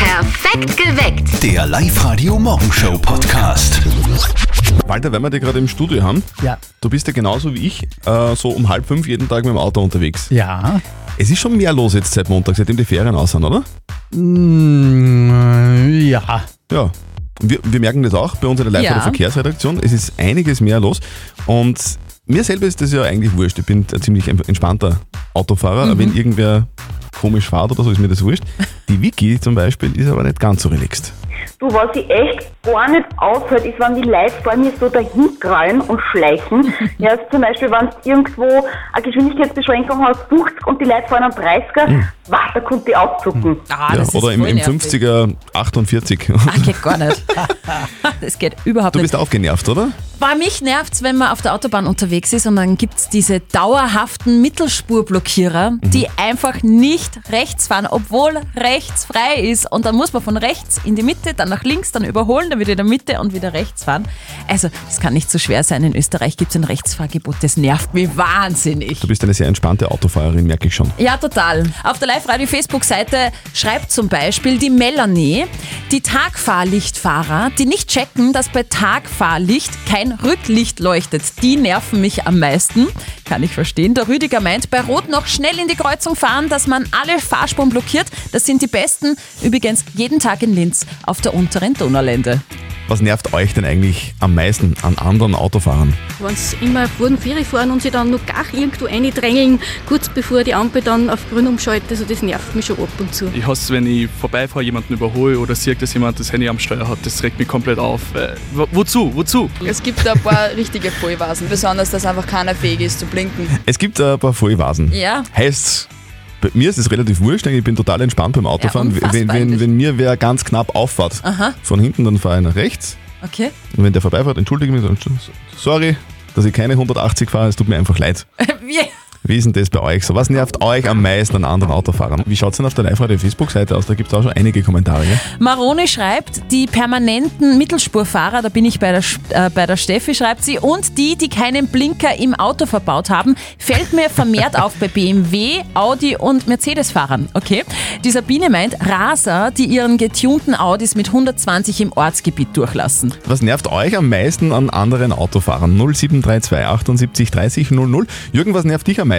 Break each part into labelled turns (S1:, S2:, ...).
S1: Perfekt geweckt.
S2: Der Live-Radio Morgenshow Podcast.
S3: Walter, wenn wir dich gerade im Studio haben,
S4: Ja.
S3: du bist ja genauso wie ich, äh, so um halb fünf jeden Tag mit dem Auto unterwegs.
S4: Ja.
S3: Es ist schon mehr los jetzt seit Montag, seitdem die Ferien aus sind, oder?
S4: Mm, ja.
S3: Ja. Wir, wir merken das auch bei uns in der Live-
S5: Ja.
S3: oder Verkehrsredaktion. Es ist einiges mehr los. Und mir selber ist das ja eigentlich wurscht. Ich bin ein ziemlich en- entspannter Autofahrer.
S5: Mhm.
S3: Aber wenn irgendwer komisch fährt oder so, ist mir das wurscht. Die Vicky zum Beispiel ist aber nicht ganz so relaxed.
S6: Du, was ich echt gar nicht aufhört, ist, wenn die Leute vor mir so dahin krallen und schleichen. Ja, also zum Beispiel, wenn du irgendwo eine Geschwindigkeitsbeschränkung hast, 50 und die Leute fahren am 30er,
S7: Hm.
S6: wah, da kommt die aufzucken.
S5: Ah,
S3: ja,
S5: das
S3: oder
S5: ist
S3: im,
S5: voll
S3: im
S5: nervig.
S3: 50er 48.
S5: Ah, geht gar nicht. Das geht überhaupt
S3: Du
S5: nicht.
S3: bist auch genervt, oder?
S5: Bei mich nervt es, wenn man auf der Autobahn unterwegs ist und dann gibt es diese dauerhaften Mittelspurblockierer,
S3: Mhm.
S5: die einfach nicht rechts fahren, obwohl rechts frei ist. Und dann muss man von rechts in die Mitte, dann nach links, dann überholen, dann wieder in der Mitte und wieder rechts fahren. Also, das kann nicht so schwer sein. In Österreich gibt es ein Rechtsfahrgebot. Das nervt mich wahnsinnig.
S3: Du bist eine sehr entspannte Autofahrerin, merke ich schon.
S5: Ja, total. Auf der Live-Radio-Facebook-Seite schreibt zum Beispiel die Melanie, die Tagfahrlichtfahrer, die nicht checken, dass bei Tagfahrlicht kein Rücklicht leuchtet, die nerven mich am meisten. Kann ich verstehen. Der Rüdiger meint, bei Rot noch schnell in die Kreuzung fahren, dass man alle Fahrspuren blockiert. Das sind die besten. Übrigens jeden Tag in Linz auf der unteren Donaulände.
S3: Was nervt euch denn eigentlich am meisten an anderen Autofahrern?
S8: Wenn sie immer vor den Ferien fahren und sie dann noch gar irgendwo reindrängeln, kurz bevor die Ampel dann auf grün umschaltet, also das nervt mich schon ab und zu.
S9: Ich hasse es, wenn ich vorbeifahre, jemanden überhole oder sehe, dass jemand das Handy am Steuer hat. Das regt mich komplett auf. weil- wo- wozu? Wozu?
S7: Es gibt ein paar richtige Vollvasen, besonders, dass einfach keiner fähig ist zu blinken.
S3: Es gibt äh, ein paar Vollvasen.
S5: Ja.
S3: Heißt, bei mir ist es relativ wurscht, ich bin total entspannt beim Autofahren.
S5: unfassbar
S3: wenn, wenn,
S5: eigentlich.
S3: wenn mir wer ganz knapp auffahrt, von hinten, dann fahre ich nach rechts.
S5: Okay?
S3: Und wenn der vorbeifährt, entschuldige mich, dann- sorry, dass ich keine 180 fahre, es tut mir einfach leid.
S5: Wir-
S3: Wie ist denn das bei euch so? Was nervt euch am meisten an anderen Autofahrern? Wie schaut es denn auf der Live-Radio-Facebook-Seite aus? Da gibt es auch schon einige Kommentare. Gell?
S5: Maroni schreibt, die permanenten Mittelspurfahrer, da bin ich bei der, Sch- äh, bei der Steffi, schreibt sie, und die, die keinen Blinker im Auto verbaut haben, fällt mir vermehrt auf bei BMW, Audi und Mercedes-Fahrern. Okay. Die Sabine meint, Raser, die ihren getunten Audis mit 120 im Ortsgebiet durchlassen.
S3: Was nervt euch am meisten an anderen Autofahrern? 0732 78 30 00. Jürgen, was nervt dich am meisten?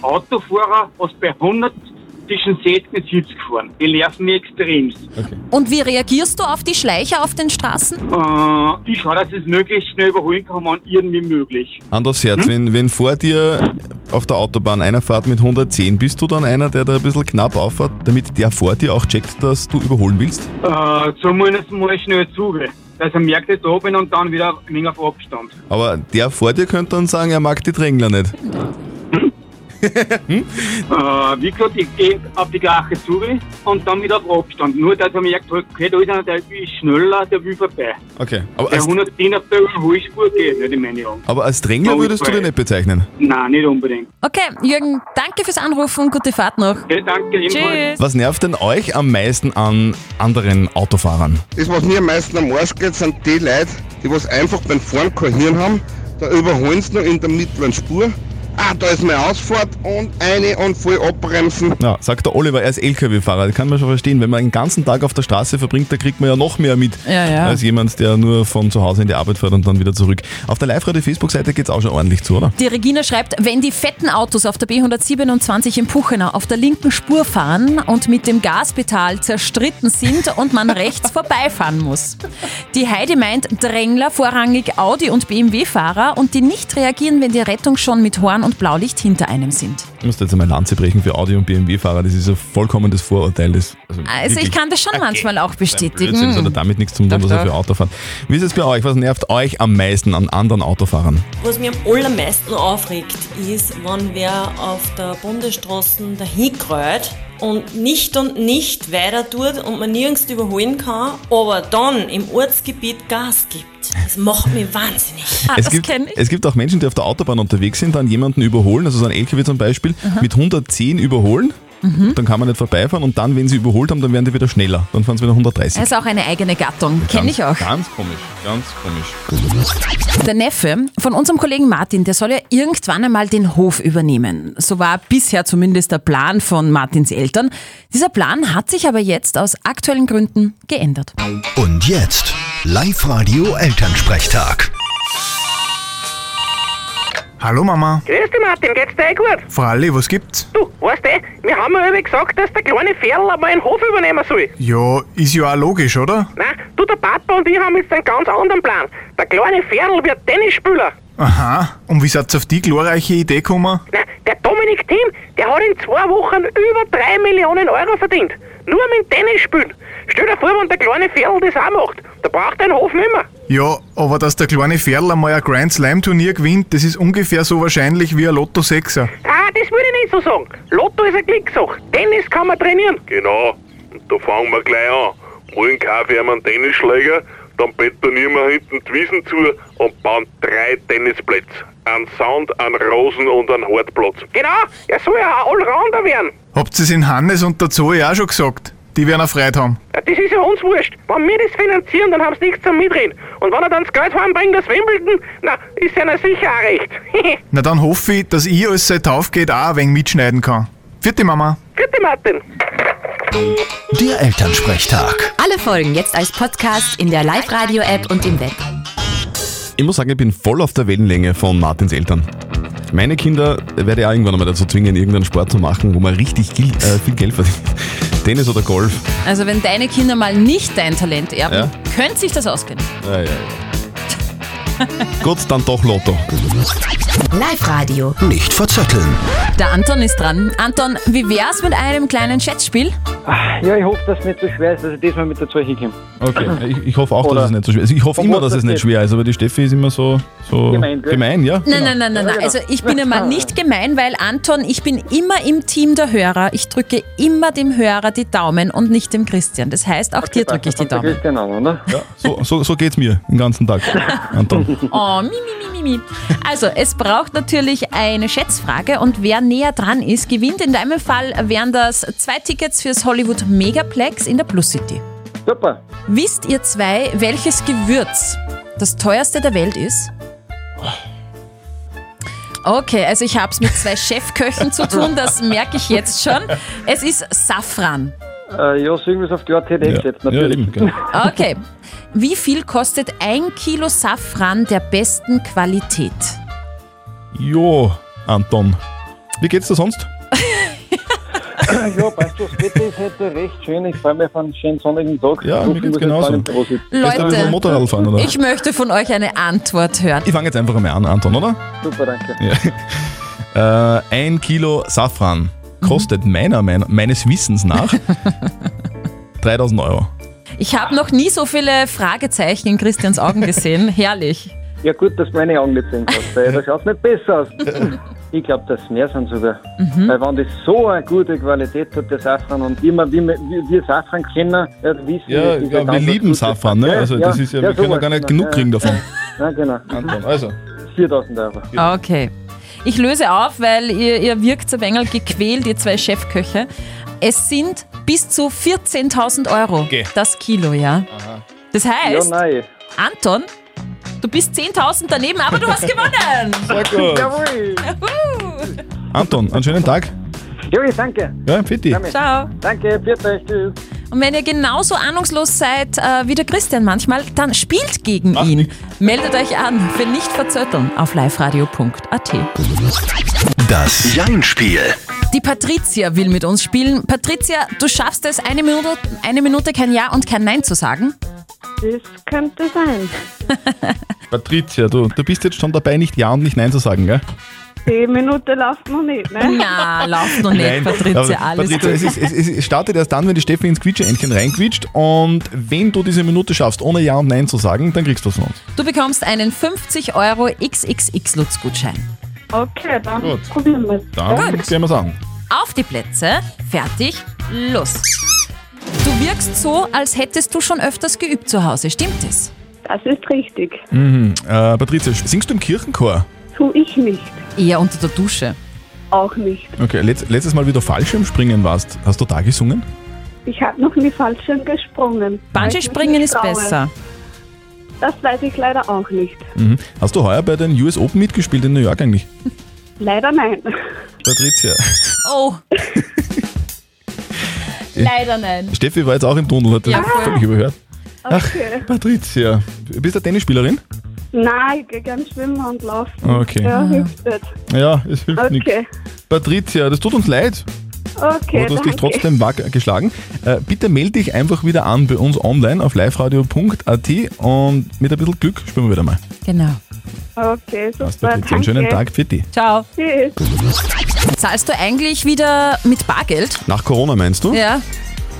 S10: Autofahrer, was bei 100 zwischen 60 und 70 fahren. Die nerven mich Äh, extremst.
S5: Und wie reagierst du auf die Schleicher auf den Straßen?
S10: Äh, ich schaue, dass ich es möglichst schnell überholen kann, wann irgendwie möglich.
S3: Hand aufs Herz, wenn, wenn vor dir auf der Autobahn einer fährt mit 110, bist du dann einer, der da ein bisschen knapp auffährt, damit der vor dir auch checkt, dass du überholen willst?
S10: Äh, zumindest mal schnell zugehen. Dass er merkt, dass ich da bin und dann wieder ein wenig auf Abstand.
S3: Aber der vor dir könnte dann sagen, er mag die Drängler nicht.
S10: Äh, wie gesagt, ich gehe auf die gleiche Zuge und dann wieder auf Abstand. Nur, dass er merkt, halt, okay, da ist einer, der ist schneller, der will vorbei.
S3: Okay. Aber
S10: Der
S3: als,
S10: 110 auf der Überholspur geht nicht in meine Augen.
S3: aber als Drängler würdest du den nicht bezeichnen.
S10: Nein, nicht unbedingt.
S5: Okay, Jürgen, danke fürs Anrufen, gute Fahrt noch.
S10: Okay, danke, ebenfalls.
S5: Tschüss.
S3: Was nervt denn euch am meisten an anderen Autofahrern?
S11: Das, was mir am meisten am Arsch geht, sind die Leute, die was einfach beim Fahren kein Hirn haben. Da überholen sie noch in der mittleren Spur. Ah, da ist meine Ausfahrt und eine und voll abbremsen.
S3: Ja, sagt der Oliver, er ist LKW-Fahrer. Das kann man schon verstehen. Wenn man den ganzen Tag auf der Straße verbringt, da kriegt man ja noch mehr mit
S5: Ja, ja.
S3: als jemand, der nur von zu Hause in die Arbeit fährt und dann wieder zurück. Auf der Live-Radio-Facebook-Seite geht es auch schon ordentlich zu, oder?
S5: Die Regina schreibt, wenn die fetten Autos auf der B127 in Puchenau auf der linken Spur fahren und mit dem Gaspedal zerstritten sind und man rechts vorbeifahren muss. Die Heidi meint, Drängler, vorrangig Audi und BMW-Fahrer und die nicht reagieren, wenn die Rettung schon mit Horn und Blaulicht hinter einem sind.
S3: Ich muss da jetzt einmal Lanze brechen für Audi und BMW-Fahrer. Das ist ein vollkommenes Vorurteil. Das,
S5: Also ich
S3: wirklich
S5: kann das schon manchmal auch
S3: Blödsinn, das hat ja
S5: bestätigen.
S3: damit nichts zu tun,
S5: Doch,
S3: was er für
S5: doch.
S3: Auto fahren. Wie ist es bei euch? Was nervt euch am meisten an anderen Autofahrern?
S5: Ah,
S7: Was mich am allermeisten aufregt, ist, wenn wer auf der Bundesstraße dahin krallt und nicht und nicht weiter tut und man nirgends überholen kann, aber dann im Ortsgebiet Gas gibt. Das macht mich wahnsinnig.
S5: Ah,
S3: es,
S5: das
S3: gibt,
S5: kenn ich.
S3: es gibt auch Menschen, die auf der Autobahn unterwegs sind, dann jemanden überholen, also so ein LKW zum Beispiel, mit 110 überholen
S5: Mhm.
S3: dann kann man nicht vorbeifahren und dann, wenn sie überholt haben, dann werden die wieder schneller. Dann fahren sie wieder 130.
S5: Das ist auch eine eigene Gattung. Kenne ich auch.
S3: Ganz- Ganz komisch, ganz komisch.
S5: Der Neffe von unserem Kollegen Martin, der soll ja irgendwann einmal den Hof übernehmen. So war bisher zumindest der Plan von Martins Eltern. Dieser Plan hat sich aber jetzt aus aktuellen Gründen geändert.
S2: Und jetzt Live-Radio Elternsprechtag.
S1: Hallo Mama.
S4: Grüß dich, Martin, geht's dir eh gut?
S1: Fralli, was gibt's?
S4: Du, weißt du, eh, wir haben ja eben gesagt, dass der kleine Ferl einmal einen Hof übernehmen soll.
S1: Ja, ist ja auch logisch, oder?
S4: Nein, du, der Papa und ich haben jetzt einen ganz anderen Plan. Der kleine Ferl wird Tennisspieler.
S1: Aha. Und wie seid ihr auf die glorreiche Idee gekommen?
S4: Nein, der Dominik Thiem, der hat in zwei Wochen über 3 Millionen Euro verdient. Nur mit dem Tennis spielen. Stell dir vor, wenn der kleine Ferl das auch macht, da braucht er einen Hof nicht mehr.
S1: Ja, aber dass der kleine Ferl einmal ein Grand Slam Turnier gewinnt, das ist ungefähr so wahrscheinlich wie ein Lotto 6er.
S4: Ah, das würde ich nicht so sagen. Lotto ist eine Glückssache. Tennis kann man trainieren.
S12: Genau, und da fangen wir gleich an. Morgen kaufe ich mir einen Tennisschläger, dann betonieren wir hinten die Wiesen zu und bauen drei Tennisplätze. Einen Sand, einen Rosen und einen Hartplatz.
S4: Genau, er soll ja ein Allrounder werden.
S1: Habt ihr es in Hannes und der Zoe auch schon gesagt? Die werden eine Freude haben.
S4: Ja, Das ist ja uns wurscht. Wenn wir das finanzieren, dann haben sie nichts zum Mitreden. Und wenn er dann das Geld heimbringt aus Wimbledon, na, ist ihnen sicher auch recht.
S1: Na dann hoffe ich, dass ich als seit aufgeht auch ein wenig mitschneiden kann. Vierte Mama.
S4: Bitte, Martin.
S1: Der Elternsprechtag.
S13: Alle Folgen jetzt als Podcast in der Live-Radio-App und im Web.
S3: Ich muss sagen, ich bin voll auf der Wellenlänge von Martins Eltern. Meine Kinder werde ich auch irgendwann einmal dazu zwingen, irgendeinen Sport zu machen, wo man richtig gil- äh, viel Geld verdient. Tennis oder Golf.
S5: Also wenn deine Kinder mal nicht dein Talent erben,
S3: Ja.
S5: könnte sich das ausgehen.
S3: Ja, ja, ja. Gut, dann doch Lotto.
S13: Live-Radio.
S2: Nicht verzetteln.
S5: Der Anton ist dran. Anton, wie wär's mit einem kleinen Schätzspiel?
S14: Ah, Ja, ich hoffe, dass es nicht so schwer ist, dass ich diesmal mit dazu hinkomme.
S3: Okay, ich, ich hoffe auch,
S14: Oder-
S3: dass es nicht so schwer ist. Ich hoffe
S14: Von
S3: immer,
S14: was
S3: dass es
S14: das
S3: nicht
S14: geht.
S3: schwer ist, aber die Steffi ist immer so, so
S14: Gemein, gell?
S3: gemein, ja? Genau.
S5: Nein, nein, nein, nein, nein. Also ich bin immer nicht gemein, weil Anton, ich bin immer im Team der Hörer. Ich drücke immer dem Hörer die Daumen und nicht dem Christian. Das heißt, auch dir drücke ich die
S14: Da
S5: Daumen.
S14: kriegst du den an, oder?
S3: Ja. So, so, so geht's mir den ganzen Tag, Anton.
S5: Oh, mi, mi, mi, mi, mi. Also, es braucht natürlich eine Schätzfrage und wer näher dran ist, gewinnt. In deinem Fall wären das zwei Tickets fürs Hollywood Megaplex in der Plus City.
S14: Super.
S5: Wisst ihr zwei, welches Gewürz das teuerste der Welt ist? Okay, also ich habe es mit zwei Chefköchen zu tun, das merke ich jetzt schon. Es ist Safran.
S14: Äh, ja, so irgendwas auf die Art hätte ich gesetzt, natürlich.
S3: genau.
S5: Okay. Wie viel kostet ein Kilo Safran der besten Qualität?
S3: Jo, Anton. Wie geht's dir sonst?
S14: ja, weißt du, das Wetter ist heute recht schön. Ich freue mich auf einen schönen sonnigen Tag.
S3: Ja, mir
S14: Ich
S3: geht's
S14: muss jetzt gar
S3: genauso.
S14: nicht im Büro sitzen.
S3: Gestern hab ich vom Motorrad fahren, oder?
S5: Ich möchte von euch eine Antwort hören.
S3: Ich fange jetzt einfach einmal an, Anton, oder?
S14: Super, danke.
S3: Ja. Äh, ein Kilo Safran
S5: Mhm.
S3: kostet meiner, mein, meines Wissens nach 3000 Euro.
S5: Ich habe noch nie so viele Fragezeichen in Christians Augen gesehen. Herrlich.
S14: Ja, gut, dass du meine Augen nicht sehen kannst, weil da schaut nicht besser aus. Ich glaube, dass es mehr sind sogar. Weil wenn das so eine gute Qualität hat, der Safran, und immer, wie wir, wie wir Safran kennen, ja, wissen
S3: Ja,
S14: das ist
S3: ja
S14: ein
S3: wir
S14: ganz
S3: lieben
S14: gutes
S3: Safran, ne?
S14: Ja,
S3: Also das ist ja, wir können ja
S14: sowas,
S3: gar nicht
S14: genau.
S3: genug kriegen davon.
S14: Ja, genau.
S3: Anton, also.
S14: 4000 Euro.
S5: Okay. Ich löse auf, weil ihr, ihr wirkt so ein wenig gequält, ihr zwei Chefköche. Es sind bis zu 14.000 Euro das Kilo, ja. Das heißt,
S14: Ja, nein.
S5: Anton, du bist 10.000 daneben, aber du hast gewonnen.
S3: Sehr gut.
S14: Jawohl.
S3: Anton, einen schönen Tag.
S14: Juri, danke.
S3: Ja, Fitti.
S5: Ciao.
S14: Danke, bitte, euch, tschüss.
S5: Und wenn ihr genauso ahnungslos seid äh, wie der Christian manchmal, dann spielt gegen ihn. Meldet euch an für nicht verzötteln auf liveradio.at.
S2: Das Jein-Spiel.
S5: Die Patricia will mit uns spielen. Patricia, du schaffst es, eine Minute, eine Minute kein Ja und kein Nein zu sagen.
S15: Das könnte sein.
S3: Patricia, du, du bist jetzt schon dabei, nicht Ja und nicht Nein zu sagen, gell?
S15: Die Minute läuft noch nicht,
S7: Hm.
S15: ne?
S5: Na, läuft noch nicht, Patricia,
S3: aber
S5: alles
S3: Patricia,
S5: gut.
S3: Also, Es, ist, es, ist- es startet erst dann, wenn die Steffi ins Quietscheentchen reinquietscht und wenn du diese Minute schaffst, ohne Ja und Nein zu sagen, dann kriegst du es von uns.
S5: Du bekommst einen 50 Euro XXX-Lutz-Gutschein.
S15: Okay, dann
S3: Gut.
S15: probieren wir es.
S3: Dann sehen wir es an.
S5: Auf die Plätze, fertig, los. Du wirkst so, als hättest du schon öfters geübt zu Hause, stimmt es?
S15: Das ist richtig.
S3: Mhm. Äh, Patricia, singst du im Kirchenchor?
S15: Tu ich nicht.
S5: Eher unter der Dusche.
S15: auch nicht.
S3: Okay, letzt, letztes Mal, wie du Fallschirmspringen warst, hast du da gesungen?
S15: Ich habe noch nie Fallschirm gesprungen.
S5: Bungee-Springen ist
S15: Ich traue.
S5: besser.
S15: Das weiß ich leider auch nicht.
S3: Mhm. Hast du heuer bei den US Open mitgespielt in New York eigentlich?
S15: Leider nein.
S3: Patricia.
S5: Oh. Leider nein.
S3: Steffi war jetzt auch im Tunnel, hat das
S5: Ja, voll.
S3: völlig überhört.
S15: Okay.
S3: Ach, Patricia, du bist du Tennisspielerin?
S15: Nein, ich gehe gern schwimmen und laufen.
S3: Okay.
S15: Ja, hilft nicht.
S3: Ja, es hilft
S15: Okay.
S3: nichts. Patricia, das tut uns leid.
S15: Okay,
S3: aber du hast dich
S15: danke.
S3: trotzdem wacker geschlagen. Äh, bitte melde dich einfach wieder an bei uns online auf liveradio.at und mit ein bisschen Glück spielen wir wieder mal.
S5: Genau.
S15: Okay, super.
S3: Patricia, einen schönen Tag für dich.
S5: Ciao.
S15: Tschüss.
S5: Zahlst du eigentlich wieder mit Bargeld?
S3: Nach Corona meinst du?
S5: Ja.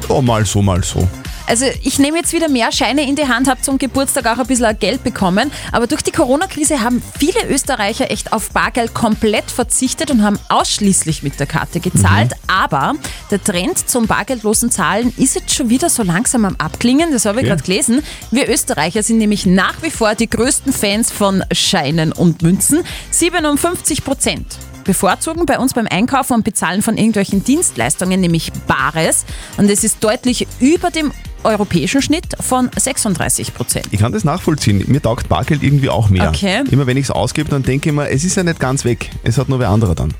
S3: Oh, mal so, mal so.
S5: Also ich nehme jetzt wieder mehr Scheine in die Hand, habe zum Geburtstag auch ein bisschen Geld bekommen. Aber durch die Corona-Krise haben viele Österreicher echt auf Bargeld komplett verzichtet und haben ausschließlich mit der Karte gezahlt. Aber der Trend zum bargeldlosen Zahlen ist jetzt schon wieder so langsam am Abklingen. Das habe ich
S13: Okay.
S5: gerade gelesen. Wir Österreicher sind nämlich nach wie vor die größten Fans von Scheinen und Münzen. 57 Prozent bevorzugen bei uns beim Einkaufen und Bezahlen von irgendwelchen Dienstleistungen, nämlich Bares. Und es ist deutlich über dem europäischen Schnitt von 36 Prozent.
S3: Ich kann das nachvollziehen. Mir taugt Bargeld irgendwie auch mehr.
S5: Okay.
S3: Immer wenn ich es ausgebe, dann denke ich mir, es ist ja nicht ganz weg. Es hat nur wer anderer dann.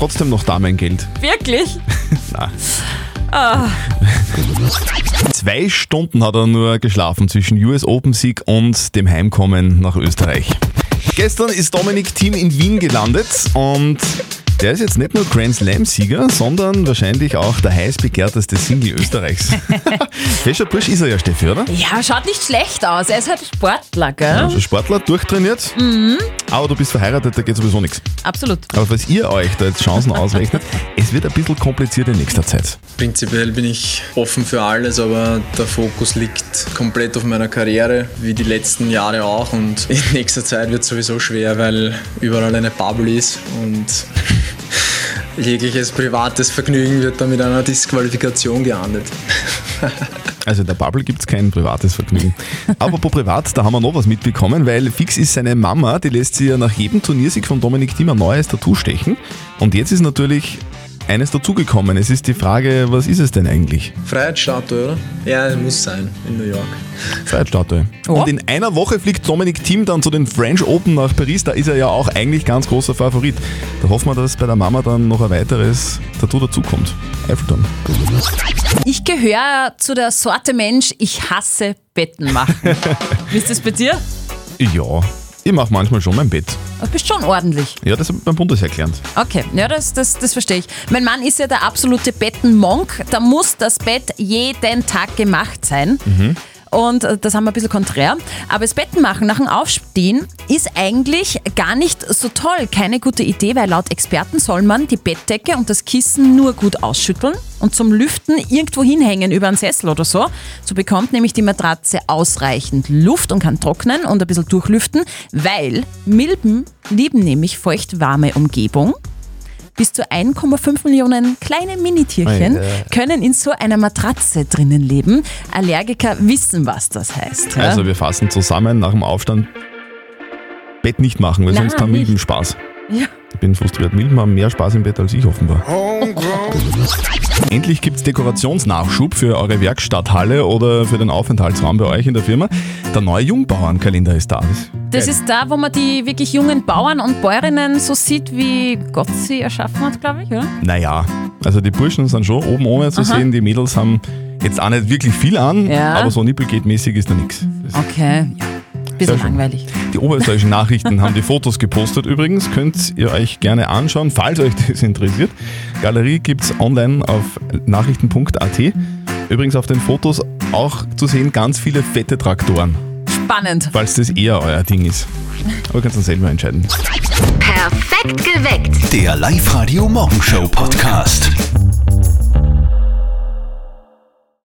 S3: Trotzdem noch da mein Geld.
S5: Wirklich?
S3: Na.
S5: Ah.
S3: Zwei Stunden hat er nur geschlafen zwischen US Open Sieg und dem Heimkommen nach Österreich. Gestern ist Dominik Thiem in Wien gelandet und der ist jetzt nicht nur Grand Slam-Sieger, sondern wahrscheinlich auch der heiß begehrteste Single Österreichs. Fescher Bursch ist er ja, Steffi, oder?
S5: Ja, schaut nicht schlecht aus. Er ist halt Sportler, gell?
S3: Also Sportler, durchtrainiert,
S5: Mhm,
S3: aber du bist verheiratet, da geht sowieso nichts.
S5: absolut.
S3: Aber falls ihr euch da jetzt Chancen ausrechnet, es wird ein bisschen kompliziert in nächster Zeit.
S16: Prinzipiell bin ich offen für alles, aber der Fokus liegt komplett auf meiner Karriere, wie die letzten Jahre auch. Und in nächster Zeit wird es sowieso schwer, weil überall eine Bubble ist und jegliches privates Vergnügen wird dann mit einer Disqualifikation geahndet.
S3: Also in der Bubble gibt es kein privates Vergnügen. Apropos privat, da haben wir noch was mitbekommen, weil fix ist seine Mama, die lässt sie ja nach jedem Turniersieg von Dominik Thiem ein neues Tattoo stechen. Und jetzt ist natürlich eines dazugekommen. Es ist die Frage, was ist es denn eigentlich?
S16: Freiheitsstatue, oder? Ja, muss sein, in New York.
S3: Freiheitsstatue. Und in einer Woche fliegt Dominik Thiem dann zu den French Open nach Paris. Da ist er ja auch eigentlich ganz großer Favorit. Da hoffen wir, dass bei der Mama dann noch ein weiteres Tattoo dazukommt. Eiffelturm.
S5: Ich gehöre zu der Sorte Mensch, ich hasse Betten machen. Wie ist das bei dir?
S3: Ja, ich mache manchmal schon mein Bett.
S5: Du bist schon ordentlich.
S3: Ja, das habe ich beim Bundesheer gelernt.
S5: Okay, ja, das, das, das verstehe ich. Mein Mann ist ja der absolute Bettenmonk. Da muss das Bett jeden Tag gemacht sein.
S13: Mhm.
S5: Und äh, das haben wir ein bisschen konträr. Aber das Betten machen nach dem Aufstehen ist eigentlich gar nicht so toll. Keine gute Idee, weil laut Experten soll man die Bettdecke und das Kissen nur gut ausschütteln und zum Lüften irgendwo hinhängen über einen Sessel oder so. So bekommt nämlich die Matratze ausreichend Luft und kann trocknen und ein bisschen durchlüften, weil Milben lieben nämlich feucht-warme Umgebung. Bis zu 1,5 Millionen kleine Minitierchen
S13: Ei, äh.
S5: können in so einer Matratze drinnen leben. Allergiker wissen, was das heißt. Ja?
S3: Also wir fassen zusammen nach dem Aufstand Bett nicht machen, weil
S5: Nein,
S3: sonst haben
S5: nicht.
S3: Milben Spaß.
S5: ja.
S3: Ich bin frustriert. Milben haben mehr Spaß im Bett als ich offenbar. Endlich gibt es Dekorationsnachschub für eure Werkstatthalle oder für den Aufenthaltsraum bei euch in der Firma. Der neue Jungbauernkalender ist da.
S5: Das ist da, wo man die wirklich jungen Bauern und Bäuerinnen so sieht, wie Gott sie erschaffen hat, glaube ich, oder?
S3: Naja, also die Burschen sind schon oben ohne zu
S5: Aha.
S3: sehen. Die Mädels haben jetzt auch nicht wirklich viel an,
S5: Ja.
S3: aber so nippelgeht-mäßig ist da nichts.
S5: Okay, ja. Bisschen langweilig.
S3: Die oberösterreichischen Nachrichten haben die Fotos gepostet übrigens. Könnt ihr euch gerne anschauen, falls euch das interessiert. Galerie gibt's online auf nachrichten.at. Übrigens auf den Fotos auch zu sehen ganz viele fette Traktoren,
S5: Spannend.
S3: falls das eher euer Ding ist. Aber ihr könnt dann selber entscheiden.
S13: Perfekt geweckt.
S2: Der Live-Radio Morgenshow Podcast.